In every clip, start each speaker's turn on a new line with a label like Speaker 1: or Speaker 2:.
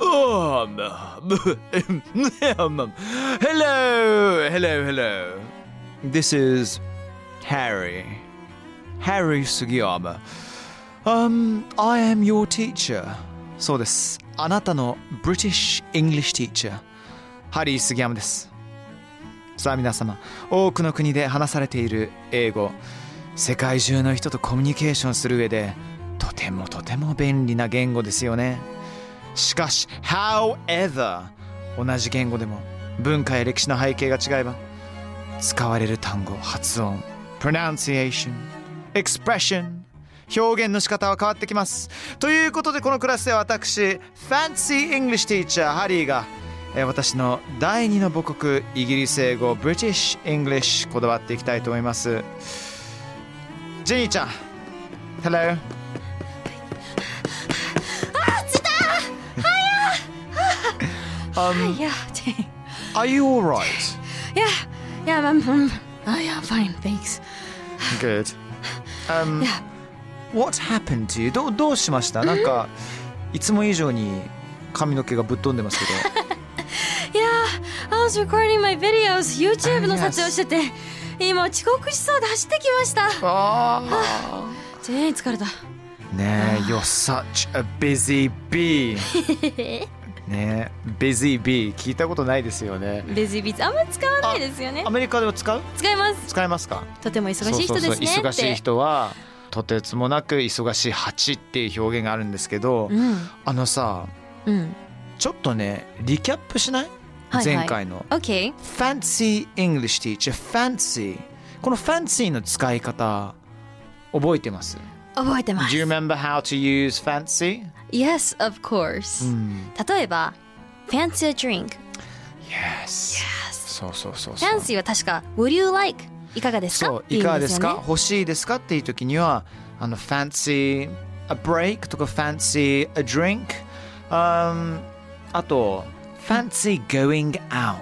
Speaker 1: Um, um, hello, hello, hello. This is Harry. Harry Sugiyama. Um, I am your teacher. そうです。あなたの British English teacher。ハリー杉山です。さあ皆様、多くの国で話されている英語、世界中の人とコミュニケーションする上で、とてもとても便利な言語ですよね。しかし、however、同じ言語でも文化や歴史の背景が違えば、使われる単語、発音、pronunciation、expression、表現の仕方は変わってきます。ということで、このクラスでは私、Fancy English Teacher ハリーが、えー私の第二の母国、イギリス英語、British English こだわっていきたいと思います。ジェニーちゃん、Hello。Um,
Speaker 2: Yeah, dang.
Speaker 1: are you alright?
Speaker 2: yeah, yeah. I'm, I'm, oh, yeah, fine, thanks.
Speaker 1: Good. Um,
Speaker 2: Yeah.
Speaker 1: What happened to you? どうどうしましたなんかいつも以上に髪の毛がぶっ飛んでますけ
Speaker 2: Yeah, I was recording my videos. YouTube
Speaker 1: Ah,
Speaker 2: の
Speaker 1: yes.
Speaker 2: 撮影をしてて、今遅刻しそうで走ってきました。
Speaker 1: ど。あ
Speaker 2: 全員 疲れた。
Speaker 1: あ。ねえ、You're such a busy bee. ねえ、busy bee 聞いたことないですよね。
Speaker 2: レジビーツあんま使わないですよね
Speaker 1: ア。メリカでは使う
Speaker 2: 使います。
Speaker 1: 使えますか
Speaker 2: とても忙しい人ですねって。
Speaker 1: そうそうそう忙しい人はとてつもなく忙しい蜂っていう表現があるんですけど、
Speaker 2: うん、
Speaker 1: あのさ
Speaker 2: うん。
Speaker 1: ちょっとねリキャップしない、
Speaker 2: はいはい
Speaker 1: 前回の
Speaker 2: OK。
Speaker 1: Fancy English Teacher Fancy この Fancy の使い方覚えてます
Speaker 2: 覚えてます
Speaker 1: Do。you remember how to use fancy?
Speaker 2: Yes, of course.、例えば、fancy a drink。
Speaker 1: Yes. そうそうそうそう
Speaker 2: fancy は確か Would you like いかがですか
Speaker 1: そう
Speaker 2: ってい
Speaker 1: いうか
Speaker 2: 意
Speaker 1: が
Speaker 2: 味
Speaker 1: で
Speaker 2: です
Speaker 1: す
Speaker 2: よ
Speaker 1: か
Speaker 2: ね。
Speaker 1: 欲しいですかっていう時にはあの Fancy a break とか Fancy a drink、um, あと Fancy going out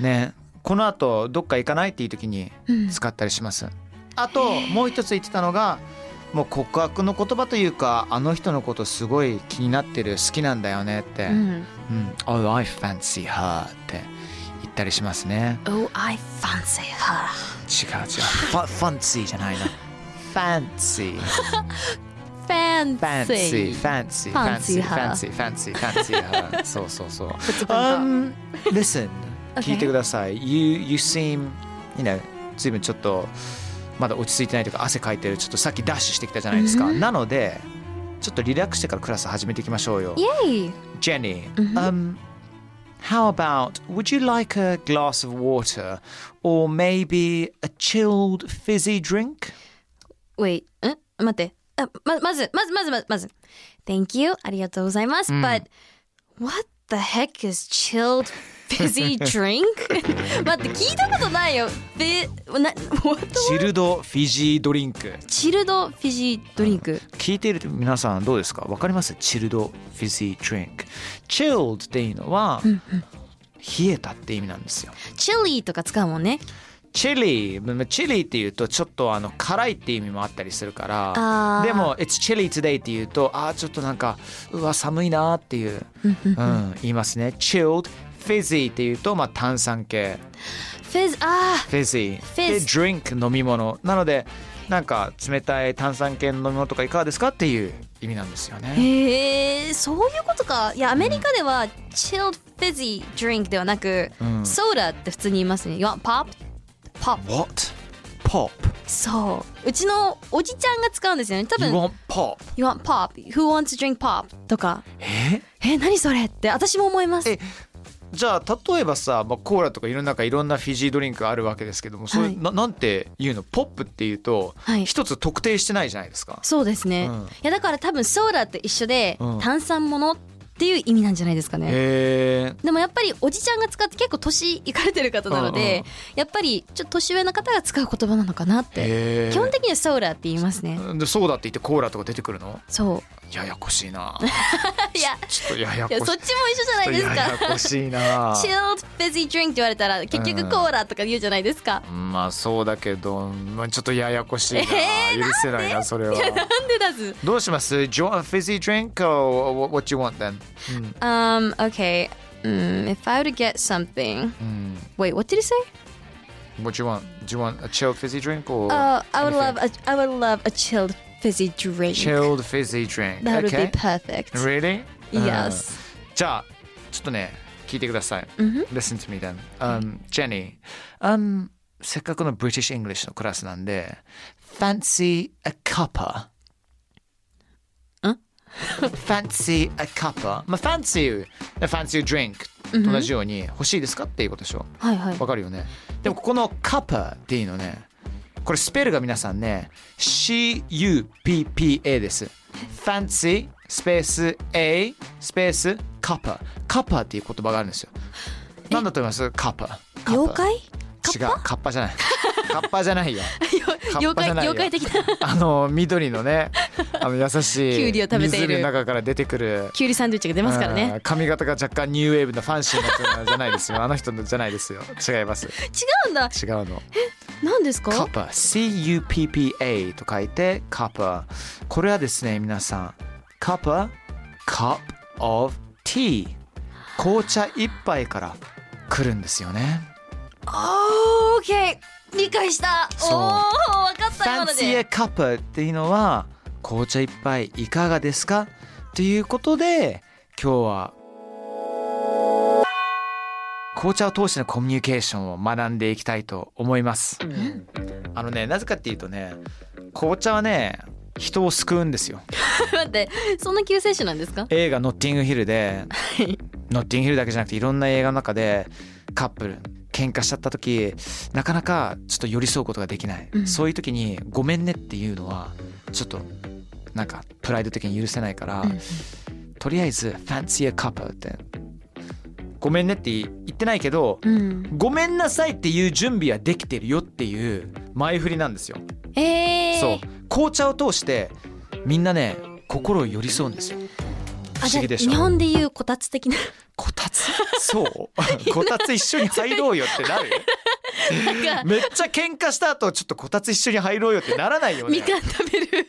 Speaker 1: ねこの後どっか行かないっていう時に使ったりします、あともう一つ言ってたのがもう告白の言葉というかあの人のことすごい気になってる好きなんだよねって、
Speaker 2: うん。
Speaker 1: うん、Oh, I fancy her って言ったりしますね。
Speaker 2: Oh, I fancy her.
Speaker 1: 違う違う。ファファンシーじゃないな。ファンシー。フ
Speaker 2: Fancy.
Speaker 1: ァンシー。ファンシー。ファンシー。ファンシ
Speaker 2: Fancy
Speaker 1: ー。ファンシー。ファンシー。 そうそうそう。
Speaker 2: つくんだ
Speaker 1: Um, listen.
Speaker 2: Okay.
Speaker 1: 聞いてください。You, you seem, you know, ずいぶんちょっと、まだ落ち着いてないというか、汗かいてる。ちょっとさっきダッシュしてきたじゃないですか。なので、ちょっとリラックスしてからクラス始めていきましょうよ。
Speaker 2: Yay!
Speaker 1: Jenny, um, how about would you like a glass of water or maybe a chilled fizzy drink?
Speaker 2: Wait, ん待って。あま、まず、まず、まず、まず、まず。Thank you. ありがとうございます。But, what the heck is chilled fizzy drink? 待って、聞いたことないよ。で、な、what?
Speaker 1: Chilled fizzy drink.
Speaker 2: チルドフィジードリンク。
Speaker 1: 聞いている皆さんどうですかわかります ?Chilled fizzy drink. Chilled っていうのは冷えたって意味なんですよ。
Speaker 2: チリとか使うもんね。
Speaker 1: チリ、まあチリっていうとちょっとあの辛いって意味もあったりするか
Speaker 2: あ
Speaker 1: ら、
Speaker 2: ー
Speaker 1: でも It's chilly today っていうとああちょっとなんかうわ寒いなーっていう、うん、言いますね。Chilled フィジーっていうと、まあ、炭酸系
Speaker 2: Fizz あ
Speaker 1: フィジーで
Speaker 2: Fizz
Speaker 1: ドリンク飲み物なのでなんか冷たい炭酸系の飲み物とかいかがですかっていう意味なんですよ
Speaker 2: ー
Speaker 1: ね
Speaker 2: へえそういうことかいやアメリカでは Chilled Fizzy Drink ではなく、
Speaker 1: ん
Speaker 2: ソーダって普通に言いますね You want pop? Pop
Speaker 1: What? Pop?
Speaker 2: そううちのおじちゃんが使うんですよね多
Speaker 1: You
Speaker 2: 分
Speaker 1: want pop?
Speaker 2: You want pop? Who wants to drink pop? とか
Speaker 1: え
Speaker 2: え何それって私も思います
Speaker 1: えじゃあ例えばさ、まあ、コーラとかいろんな中いろんなフィジードリンクがあるわけですけどもそれ、
Speaker 2: はい
Speaker 1: ななんて言うのポップっていうと
Speaker 2: はい
Speaker 1: 一つ特定してないじゃないですか、
Speaker 2: そうですね、
Speaker 1: うん
Speaker 2: いやだから多分ソーダと一緒で、
Speaker 1: うん
Speaker 2: 炭酸ものっていう意味なんじゃないですかね
Speaker 1: へえ
Speaker 2: でもやっぱりおじちゃんが使って結構年いかれてる方なので、
Speaker 1: うんうん
Speaker 2: やっぱりちょっと年上の方が使う言葉なのかなって
Speaker 1: へえ
Speaker 2: 基本的にはソーラーって言いますね
Speaker 1: でそうだって言ってコーラとか出てくるの
Speaker 2: そ
Speaker 1: ややこ しいな
Speaker 2: ういや
Speaker 1: ちょっとややこ
Speaker 2: い
Speaker 1: し
Speaker 2: やそっちも一緒じゃない
Speaker 1: ちょっと
Speaker 2: です
Speaker 1: やや
Speaker 2: か
Speaker 1: こしいな
Speaker 2: Chilled fizzy drink って言われたら結
Speaker 1: うん
Speaker 2: 局コーラとか言うじゃないですか、
Speaker 1: まあそうだけど、まあ、ちょっとややこしいな、
Speaker 2: えー
Speaker 1: 許せないなそれは
Speaker 2: なんでだず
Speaker 1: どうします Do you want a fizzy drink or what you want then?
Speaker 2: Um, okay. Mm, if I were to get something. Wait, what did you say?
Speaker 1: What you want? Do you want a chilled fizzy drink or
Speaker 2: Uh, I would
Speaker 1: anything?
Speaker 2: love a I would love a chilled fizzy drink.
Speaker 1: chilled fizzy drink.
Speaker 2: That would
Speaker 1: okay.
Speaker 2: be perfect.
Speaker 1: Really?
Speaker 2: Yes.
Speaker 1: うんじゃあちょっとね聞いてください。Listen
Speaker 2: Mm-hmm.
Speaker 1: to me then. Um, Jenny, um, せっかくの British English のクラスなんで Fancy a cuppa? ん Fancy a cuppa? まあ Fancy a fancy drink と同じように欲しいですかっていうことでしょ
Speaker 2: はいはい
Speaker 1: わかるよねでもここの cuppa っていうのねこれスペルが皆さんね CUPPA です Fancy スペース A スペース cuppa cuppa っていう言葉があるんですよなんだと思います cuppa
Speaker 2: 妖怪
Speaker 1: 違うカッパじゃ ないカッパじゃないよカッ
Speaker 2: 妖
Speaker 1: パじゃ
Speaker 2: 怪
Speaker 1: ないよ
Speaker 2: 妖怪的な
Speaker 1: あの緑のねあの優し い
Speaker 2: キュウリを食べている
Speaker 1: 湖の中から出てくる
Speaker 2: キュウリサンドイッチが出ますから
Speaker 1: うん
Speaker 2: ね。
Speaker 1: 髪型が若干ニューウェーブのファンシーなやつじゃないですよあの人のじゃないですよ違います
Speaker 2: 違うんだ。
Speaker 1: 違うの
Speaker 2: 何ですか？
Speaker 1: カッパ CUPPA と書いてカッパこれはですね皆さんカッパ cup of tea 紅茶一杯から来るんですよね
Speaker 2: おー、オッケー。理解した。お
Speaker 1: そう
Speaker 2: ー、わかった今の
Speaker 1: Fancy a
Speaker 2: で。
Speaker 1: cup っていうのは紅茶一杯いかがですかということで今日は紅茶を通してのコミュニケーションを学んでいきたいと思います。あのねなぜかっていうとね紅茶はね人を救うんですよ。
Speaker 2: 待って、そんな救世主なんですか？
Speaker 1: 映画「ノッティングヒルで」ノッティングヒルだけじゃなくていろんな映画の中でカップル喧嘩しちゃった時なかなかちょっと寄り添うことができない、
Speaker 2: うん
Speaker 1: そういう時に「ごめんね」っていうのはちょっとなんかプライド的に許せないから、
Speaker 2: ん
Speaker 1: とりあえず「Fancy a couple」って「ごめんね」って言ってないけど
Speaker 2: うん。
Speaker 1: 「ごめんなさい」っていう準備はできてるよっていう前振りなんですよ。
Speaker 2: えー。
Speaker 1: そう紅茶を通してみんなね心を寄り添うんですよ。不
Speaker 2: あじ
Speaker 1: 思
Speaker 2: ゃあ
Speaker 1: 議でしょ
Speaker 2: 日本でいうこたつ的な
Speaker 1: こたつそうこたつ一緒に入ろうよってなる
Speaker 2: なんか
Speaker 1: めっちゃ喧嘩した後ちょっとこたつ一緒に入ろうよってならないよね
Speaker 2: みかん食べる。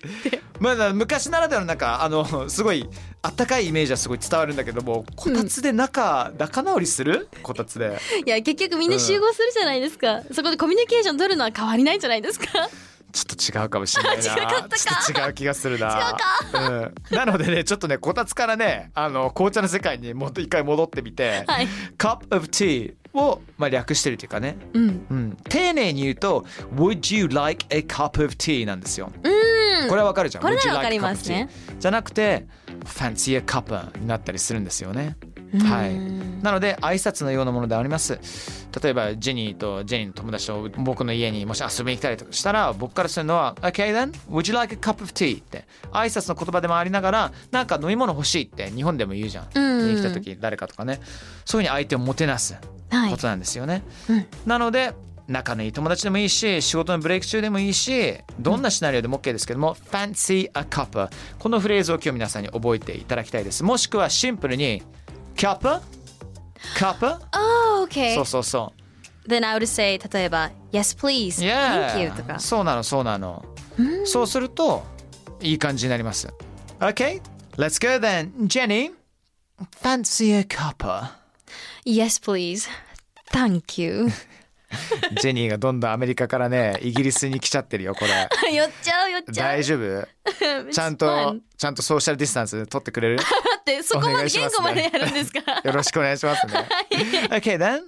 Speaker 1: まあ、昔ならではのなんかあのすごいあったかいイメージはすごい伝わるんだけどもこたつで仲、仲直りするこたつで
Speaker 2: いや結局みんな集合するじゃないですか、そこでコミュニケーション取るのは変わりないんじゃないですか
Speaker 1: ちょっと違うかもしれないな
Speaker 2: 違かったか
Speaker 1: ちょっと違う気がするなうん、なのでねちょっとねこたつからねあの紅茶の世界にもっと一回戻ってみて、
Speaker 2: はい
Speaker 1: カップ of tea を、まあ、略してるというかね
Speaker 2: うん
Speaker 1: うん、丁寧に言うと「Would you like a cup of tea?」なんですよ。
Speaker 2: うん
Speaker 1: これはわかるじゃん。
Speaker 2: これな
Speaker 1: Would
Speaker 2: ら
Speaker 1: you
Speaker 2: わか
Speaker 1: like a
Speaker 2: り
Speaker 1: cup
Speaker 2: ま
Speaker 1: of
Speaker 2: すね
Speaker 1: tea? じゃなくて「Fancy a cup」になったりするんですよね。
Speaker 2: うん
Speaker 1: はい、なので挨拶のようなものであります例えばジェニーとジェニーの友達と僕の家にもし遊びに来たりとかしたら僕からするのは「Okay then would you like a cup of tea?」って挨拶の言葉でもありながらなんか飲み物欲しいって日本でも言うじゃん、
Speaker 2: うん
Speaker 1: 家に来た時誰かとかねそういうふうに相手をもてなす
Speaker 2: はい
Speaker 1: ことなんですよね、
Speaker 2: うん
Speaker 1: なので仲のいい友達でもいいし仕事のブレイク中でもいいしどんなシナリオでも OK ですけども、Fancy a cuppa このフレーズを今日皆さんに覚えていただきたいですもしくはシンプルに Cuppa? Cuppa?
Speaker 2: Oh, okay.
Speaker 1: そうそうそう
Speaker 2: Then I would say 例えば Yes please
Speaker 1: Yeah
Speaker 2: Thank you とか
Speaker 1: そうなのそうなのそうするといい感じになります OK Let's go then Jenny Fancy a cuppa
Speaker 2: Yes, please. Thank you.
Speaker 1: ジェニーがどんどんアメリカからねイギリスに来ちゃってるよこ れ
Speaker 2: 寄っちゃう、寄っちゃう
Speaker 1: 大。丈夫
Speaker 2: It's
Speaker 1: ちゃん
Speaker 2: fun.
Speaker 1: とちゃんとソーシャルディスタンス取ってくれる
Speaker 2: だってそこ
Speaker 1: お
Speaker 2: ま
Speaker 1: 願
Speaker 2: で
Speaker 1: いし
Speaker 2: 言
Speaker 1: ます
Speaker 2: 語までやるんですか
Speaker 1: よろしくお願いしますね OK then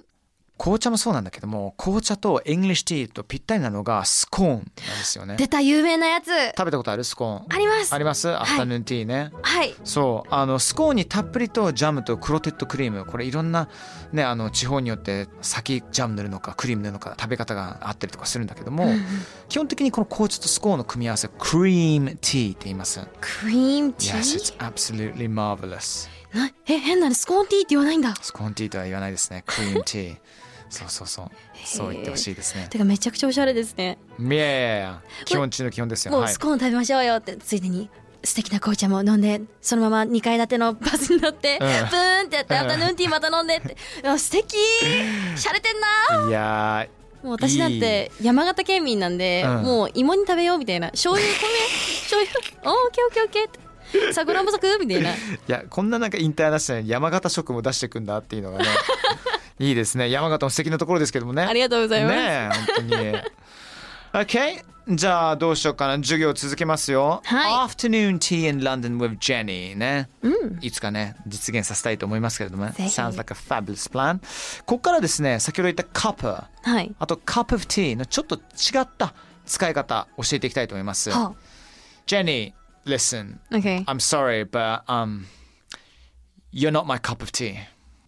Speaker 1: 紅茶もそうなんだけども紅茶とイングリッシュティーとぴったりなのがスコーンなんですよね
Speaker 2: 出た有名なやつ
Speaker 1: 食べたことあるスコーン
Speaker 2: あります
Speaker 1: ありますアフタヌーンティーね、
Speaker 2: はい
Speaker 1: そうあのスコーンにたっぷりとジャムとクロテッドクリームこれいろんな、ね、あの地方によって先ジャム塗るのかクリーム塗るのか食べ方があったりとかするんだけども基本的にこの紅茶とスコーンの組み合わせクリームティーって言います。
Speaker 2: クリームティ
Speaker 1: Yes, it's
Speaker 2: ー
Speaker 1: absolutely marvelous.
Speaker 2: なえ変なのスコーンティーって言わないんだ
Speaker 1: スコーンティーとは言わないですね。クリームティ ー。そうそうそう。そう言ってほしいですね。
Speaker 2: てかめちゃくちゃおしゃれですね
Speaker 1: いやいやいや基本中の基本ですよ。
Speaker 2: もう
Speaker 1: はい
Speaker 2: スコーン食べましょうよってついでに素敵な紅茶も飲んでそのまま2階建てのバスに乗って、ブーンってやって
Speaker 1: うん
Speaker 2: アフタヌーンティーまた飲んでっていや素敵しゃれてんない
Speaker 1: や
Speaker 2: もう私なんて山形県民なんで、
Speaker 1: うん
Speaker 2: もう芋に食べようみたいな醤 油米醤油おーオッケーオッケーオッケーって桜不足みたいな
Speaker 1: ーいやこんななんかインターナショナルに山形食も出していくんだっていうのが ねいいですね山形も素敵なところですけどもね
Speaker 2: ありがとうございます、
Speaker 1: ねえ本当に OK じゃあどうしようかな授業続けますよ、
Speaker 2: は
Speaker 1: Afternoon Tea in London with Jenny ね、いつかね実現させたいと思いますけれどもね
Speaker 2: ぜひ
Speaker 1: Sounds like a fabulous plan ここからですね先ほど言った cuppa
Speaker 2: はい
Speaker 1: あと cup of tea のちょっと違った使い方教えていきたいと思います
Speaker 2: は
Speaker 1: Jenny listen
Speaker 2: あ OK
Speaker 1: I'm sorry but um you're not my cup of tea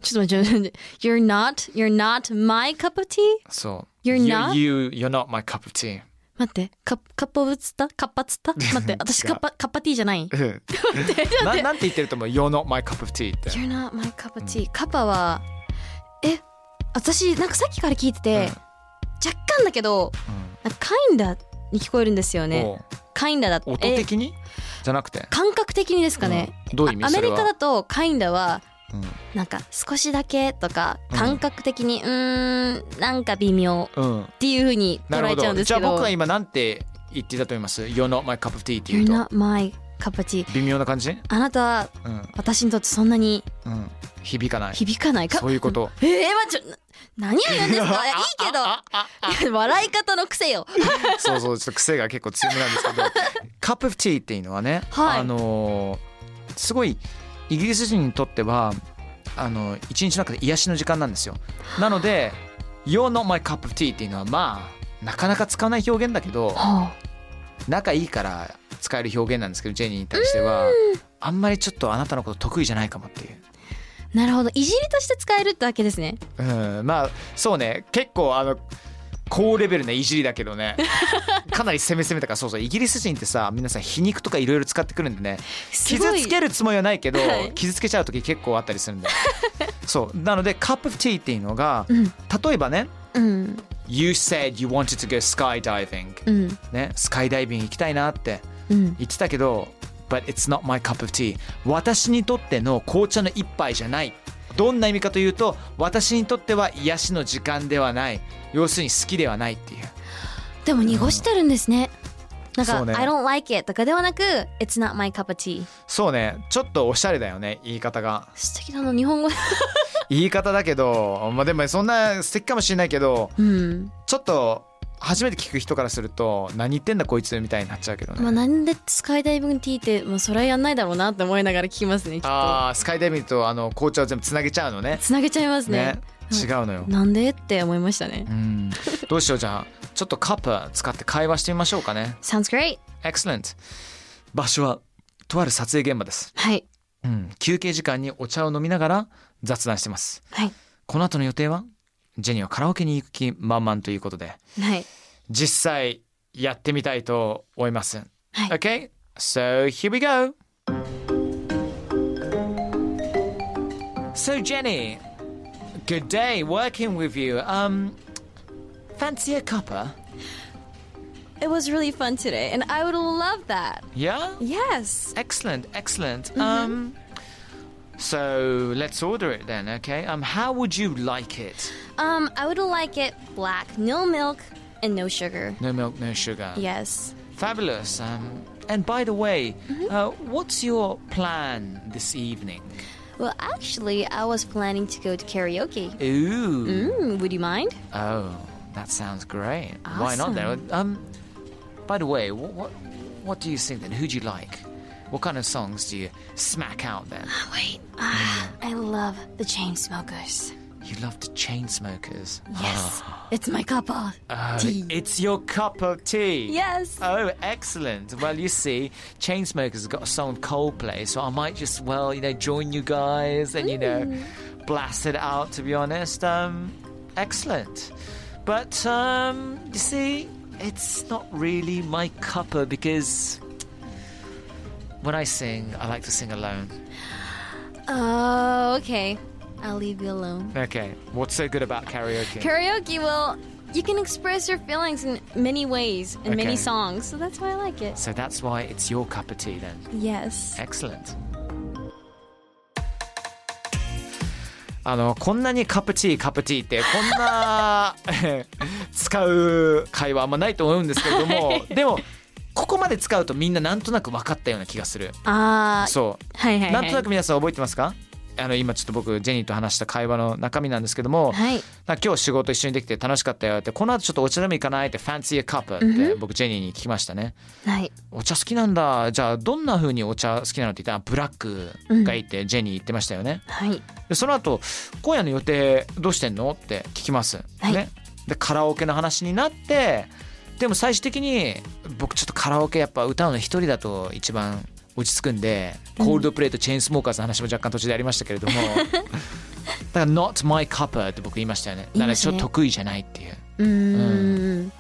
Speaker 2: ちょっと待ってちょっと待って You're not You're not my cup of tea
Speaker 1: そう
Speaker 2: You're
Speaker 1: You-
Speaker 2: not?
Speaker 1: you, you're not my cup of tea
Speaker 2: 待ってカッカッパぶつったカッパつった待って私
Speaker 1: 違う
Speaker 2: カッパカッパティーじゃない
Speaker 1: ななんて言ってると思う You're not my cup of tea って。
Speaker 2: You're not my cup of tea カッパはえ私なんかさっきから聞いてて、
Speaker 1: うん
Speaker 2: 若干だけど、なんかカインダに聞こえるんですよね
Speaker 1: おう
Speaker 2: カインダだ
Speaker 1: 音
Speaker 2: え
Speaker 1: 的にじゃなくて。
Speaker 2: 感覚的にですかね、
Speaker 1: うんどういう意
Speaker 2: あア
Speaker 1: 味そ
Speaker 2: メ
Speaker 1: れ
Speaker 2: リ
Speaker 1: は
Speaker 2: カだとカインダは
Speaker 1: うん
Speaker 2: なんか少しだけとか感覚的にうーんなんか微妙
Speaker 1: うん。
Speaker 2: っていう風に
Speaker 1: な
Speaker 2: 捉
Speaker 1: る
Speaker 2: え
Speaker 1: ほ
Speaker 2: ちゃうん
Speaker 1: ど。
Speaker 2: です
Speaker 1: じ
Speaker 2: け
Speaker 1: ゃあ
Speaker 2: ど
Speaker 1: 僕は今なんて言ってたと思います ?You're not my cup of tea って言
Speaker 2: You're
Speaker 1: うと。
Speaker 2: not my cup of tea
Speaker 1: 微妙な感じ
Speaker 2: あなたは
Speaker 1: うん。
Speaker 2: 私にとってそんなに
Speaker 1: うん。響かない。
Speaker 2: 響かないか
Speaker 1: そういうこと。
Speaker 2: えー、まあちょ何を言うんですかいやいいけどいや笑い方の癖よ
Speaker 1: そうそう、ちょっと癖が結構強めなんですけ ど。cup of tea っていうのはね、
Speaker 2: はい
Speaker 1: あのーすごいイギリス人にとっては、あの一日の中で癒しの時間なんですよ。なので、You're not my cup of tea っていうのはまあ、なかなか使わない表現だけど、仲いいから使える表現なんですけど、ジェニーに対しては、あんまりちょっとあなたのこと得意じゃないかもっていう。
Speaker 2: なるほどいじりとして使えるってわけですね
Speaker 1: うん、まあそうね結構あの高レベルねいじりだけど ねかなり攻め攻めたからそうそうイギリス人ってさ皆さん皮肉とかいろいろ使ってくるんでね
Speaker 2: す
Speaker 1: 傷
Speaker 2: ごい
Speaker 1: つけるつもりはないけど、
Speaker 2: はい
Speaker 1: 傷つけちゃう時結構あったりするん でそうなのでカップティーっていうのが、例えばね
Speaker 2: うん
Speaker 1: 「You said you wanted to go skydiving」
Speaker 2: うん
Speaker 1: ねスカイダイビング行きたいなって
Speaker 2: うん
Speaker 1: 言ってたけど「But it's not my cup of tea」私にとっての紅茶の一杯じゃないどんな意味かというと私にとっては癒しの時間ではない要するに好きではないっていう
Speaker 2: でも濁してるんですねなん
Speaker 1: そ
Speaker 2: か、
Speaker 1: うね
Speaker 2: I don't like it とかではなく It's not my cup of tea
Speaker 1: そうねちょっとおしゃれだよね言い方が
Speaker 2: 素敵なの日本語
Speaker 1: 言い方だけど、まあ、でもそんな素敵かもしれないけど
Speaker 2: うん
Speaker 1: ちょっと初めて聞く人からすると何言ってんだこいつみたいになっちゃうけどね、
Speaker 2: まあなんでスカイダイビングティーってもうそれはやんないだろうなって思いながら聞きますねきっと
Speaker 1: あースカイダイビングとあの紅茶を全部つなげちゃうのね
Speaker 2: つなげちゃいますね
Speaker 1: ね違うのよ
Speaker 2: なんでって思いましたね
Speaker 1: うんどうしようじゃあちょっとカップ使って会話してみましょうかね
Speaker 2: Sounds great
Speaker 1: Excellent 場所はとある撮影現場です、
Speaker 2: はい
Speaker 1: うん、休憩時間にお茶を飲みながら雑談してます
Speaker 2: はい
Speaker 1: この後の予定はジェニーはカラオケに行く気満々ということで
Speaker 2: はい
Speaker 1: 実際やってみたいと思います、
Speaker 2: はい
Speaker 1: OK so here we go So Jenny good day working with you um fancy a cuppa
Speaker 2: It was really fun today and I would love that
Speaker 1: yeah
Speaker 2: Yes
Speaker 1: Excellent, excellent. Um, so let's order it then, okay? Um, how would you like it?
Speaker 2: Um I would like it black no milk and no sugar
Speaker 1: No milk, no sugar.
Speaker 2: Yes
Speaker 1: Fabulous. Um, and by the way, uh, what's your plan this evening?
Speaker 2: Well, actually, I was planning to go to karaoke.
Speaker 1: Ooh.
Speaker 2: Mm, would you mind?
Speaker 1: Oh, that sounds great. Why not, though? Um, by the way, what, what what do you sing then? Who do you like? What kind of songs do you smack out then?
Speaker 2: Oh, Wait. Ah, I love the chain smokers.
Speaker 1: You love the chain smokers. Ah.
Speaker 2: Yes. It's my couple.
Speaker 1: Oh, it's your cup of tea.
Speaker 2: Yes.
Speaker 1: Oh, excellent. Well, you see, Chainsmokers has got a song with Coldplay, so I might just, well, you know, join you guys and, you know, blast it out, to be honest. Um, excellent. But, um, you see, it's not really my cuppa because when I sing, I like to sing alone.
Speaker 2: Oh, okay. I'll leave you alone.
Speaker 1: Okay. What's so good about karaoke?
Speaker 2: Karaoke, well, you can express your feelings in many ways, in
Speaker 1: Okay.
Speaker 2: many songs, so that's why I like it.
Speaker 1: so that's why it's your cup of tea then.
Speaker 2: Yes.
Speaker 1: Excellent. あのこんなにカプチーカプチーってこんな えー使う会話あんまないと思うんですけれども、でもここまで使うとみんななんとなく分かったような気がする。
Speaker 2: あー、
Speaker 1: そう
Speaker 2: はいはいはい。
Speaker 1: なんとなく皆さん覚えてますかあの今ちょっと僕ジェニーと話した会話の中身なんですけども、
Speaker 2: はい。
Speaker 1: なんか今日仕事一緒にできて楽しかったよってこの後ちょっとお茶でも行かないってファンシーカップって僕ジェニーに聞きましたね。
Speaker 2: はい。
Speaker 1: お茶好きなんだじゃあどんな風にお茶好きなのって言ったらブラックがいいってジェニー言ってましたよね、
Speaker 2: はい。
Speaker 1: でその後今夜の予定どうしてんのって聞きます、
Speaker 2: はい
Speaker 1: ねでカラオケの話になってでも最終的に僕ちょっとカラオケやっぱ歌うの一人だと一番落ち着くんで、コールドプレイとチェーンスモーカーズの話も若干途中でありましたけれ どもだから「not my cuppa」って僕言いましたよねだか
Speaker 2: 言い
Speaker 1: ら
Speaker 2: まし
Speaker 1: ち
Speaker 2: た
Speaker 1: ょっ
Speaker 2: ね
Speaker 1: と得意じゃないっていう
Speaker 2: うーん。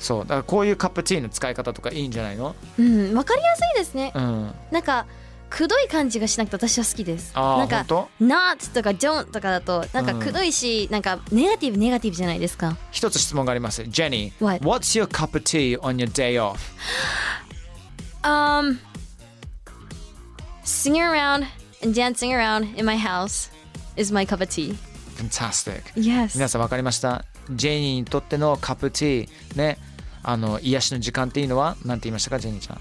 Speaker 1: そうだからこういうカップチーの使い方とかいいんじゃないの
Speaker 2: うん、わかりやすいですね。
Speaker 1: うん
Speaker 2: なんか、くどい感じがしなくて私は好きです。
Speaker 1: あ
Speaker 2: な
Speaker 1: あ
Speaker 2: んか
Speaker 1: 本、当
Speaker 2: not とか don't とかだと、なんか
Speaker 1: うん
Speaker 2: くどいし、なんか、ネガティブ、ネガティブじゃないですか。
Speaker 1: 一つ質問があります。ジェニー、
Speaker 2: What?
Speaker 1: what's your cup of tea on your day off?
Speaker 2: Um, singing around and dancing around in my house is my cup of tea.
Speaker 1: Fantastic.
Speaker 2: Yes.
Speaker 1: 皆さんわかりましたジェニーにとってのカップティー、ね、あの癒しの時間っていうのはなんて言いましたか、ジェニーちゃん。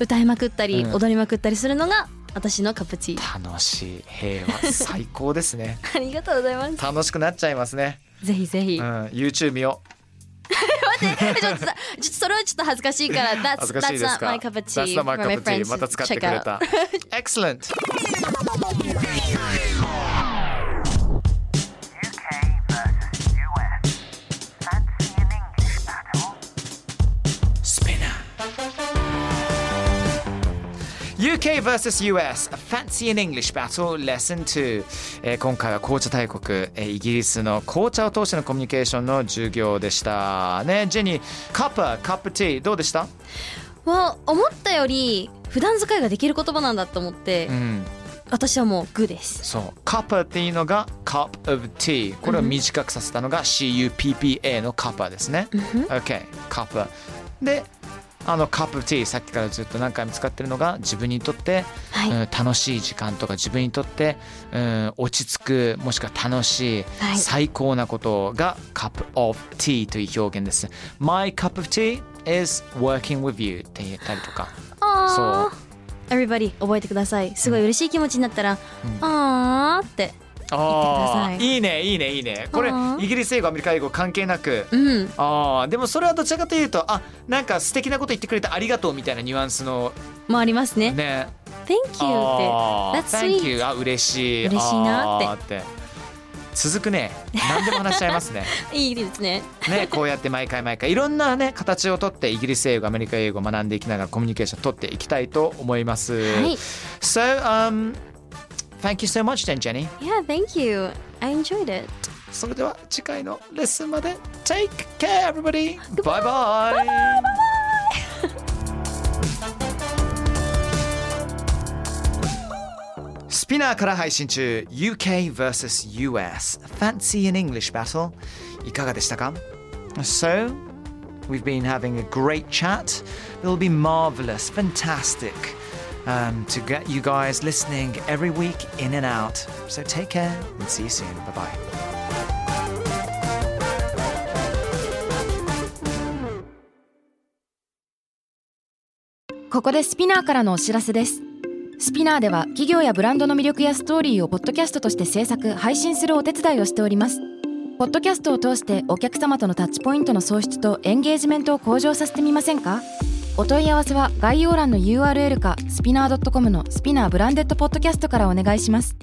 Speaker 2: 歌いまくったり、
Speaker 1: うん
Speaker 2: 踊りまくったりするのが私のカップティー。
Speaker 1: 楽しい、平和、最高ですね。
Speaker 2: ありがとうございます。
Speaker 1: 楽しくなっちゃいますね。
Speaker 2: ぜひぜひ。
Speaker 1: う
Speaker 2: ちょ
Speaker 1: ん、YouTube 見よう。
Speaker 2: っとそれはちょっと恥ずかしい から、
Speaker 1: 恥
Speaker 2: That's
Speaker 1: ずかしいで
Speaker 2: that's
Speaker 1: すか
Speaker 2: not my cup of tea.
Speaker 1: That's not my
Speaker 2: for my
Speaker 1: cup of tea.
Speaker 2: friends
Speaker 1: また使ってく
Speaker 2: to check
Speaker 1: れ
Speaker 2: out.
Speaker 1: た。Excellent!
Speaker 3: UK versus US. Fancy an English battle?
Speaker 1: UK vs US A Fancy in English Battle Lesson 2、えー今回は紅茶大国、えーイギリスの紅茶を通してのコミュニケーションの授業でしたねジェニーカッパカップティーどうでした
Speaker 2: Well, 思ったより普段使いができる言葉なんだと思って、
Speaker 1: うん
Speaker 2: 私はもうグーです。
Speaker 1: そうカッパっていうのが cup of tea これを短くさせたのが CUPPA のカッパですね、OK カッパであのカップティーさっきからずっと何回も使ってるのが自分にとって
Speaker 2: はい。
Speaker 1: うん、楽しい時間とか自分にとって、うん、落ち着くもしくは楽しい、
Speaker 2: はい
Speaker 1: 最高なことが cup of tea という表現です。My cup of tea is working with you って言ったりとか。
Speaker 2: あー Everybody 覚えてください。すごい嬉しい気持ちになったら、あーって。
Speaker 1: あー
Speaker 2: 言ってくださ
Speaker 1: いいねいいねいいねこれ
Speaker 2: あー
Speaker 1: イギリス英語アメリカ英語関係なく、
Speaker 2: うん。
Speaker 1: あーでもそれはどちらかというとあなんか素敵なこと言ってくれてありがとうみたいなニュアンスの
Speaker 2: もありますね。
Speaker 1: ね
Speaker 2: Thank you って。
Speaker 1: あー
Speaker 2: That's
Speaker 1: Thank
Speaker 2: sweet.
Speaker 1: you あ嬉しい
Speaker 2: 嬉しいなって
Speaker 1: あーって続くね何でも話しちゃい ますね
Speaker 2: いいですね。
Speaker 1: ねこうやって毎回毎回いろんなね形をとってイギリス英語アメリカ英語を学んでいきながらコミュニケーションをとっていきたいと思います、
Speaker 2: はい。
Speaker 1: So um thank you so much then Jenny
Speaker 2: Yeah, thank you. I enjoyed it.
Speaker 1: それでは次回のレッスンまで Take care everybody! bye, bye, bye. Spinner から配信中 UK vs.US Fancy an English Battle いかがでしたか So, we've been having a great chat. It'll be marvelous, fantastic um, to get you guys listening every week in and out. So take care and see you soon. Bye bye.
Speaker 4: Spinner からのお知らせですスピナーでは企業やブランドの魅力やストーリーをポッドキャストとして制作配信するお手伝いをしておりますポッドキャストを通してお客様とのタッチポイントの創出とエンゲージメントを向上させてみませんかお問い合わせは概要欄の URL かスピナー .com のスピナーブランデッドポッドキャストからお願いします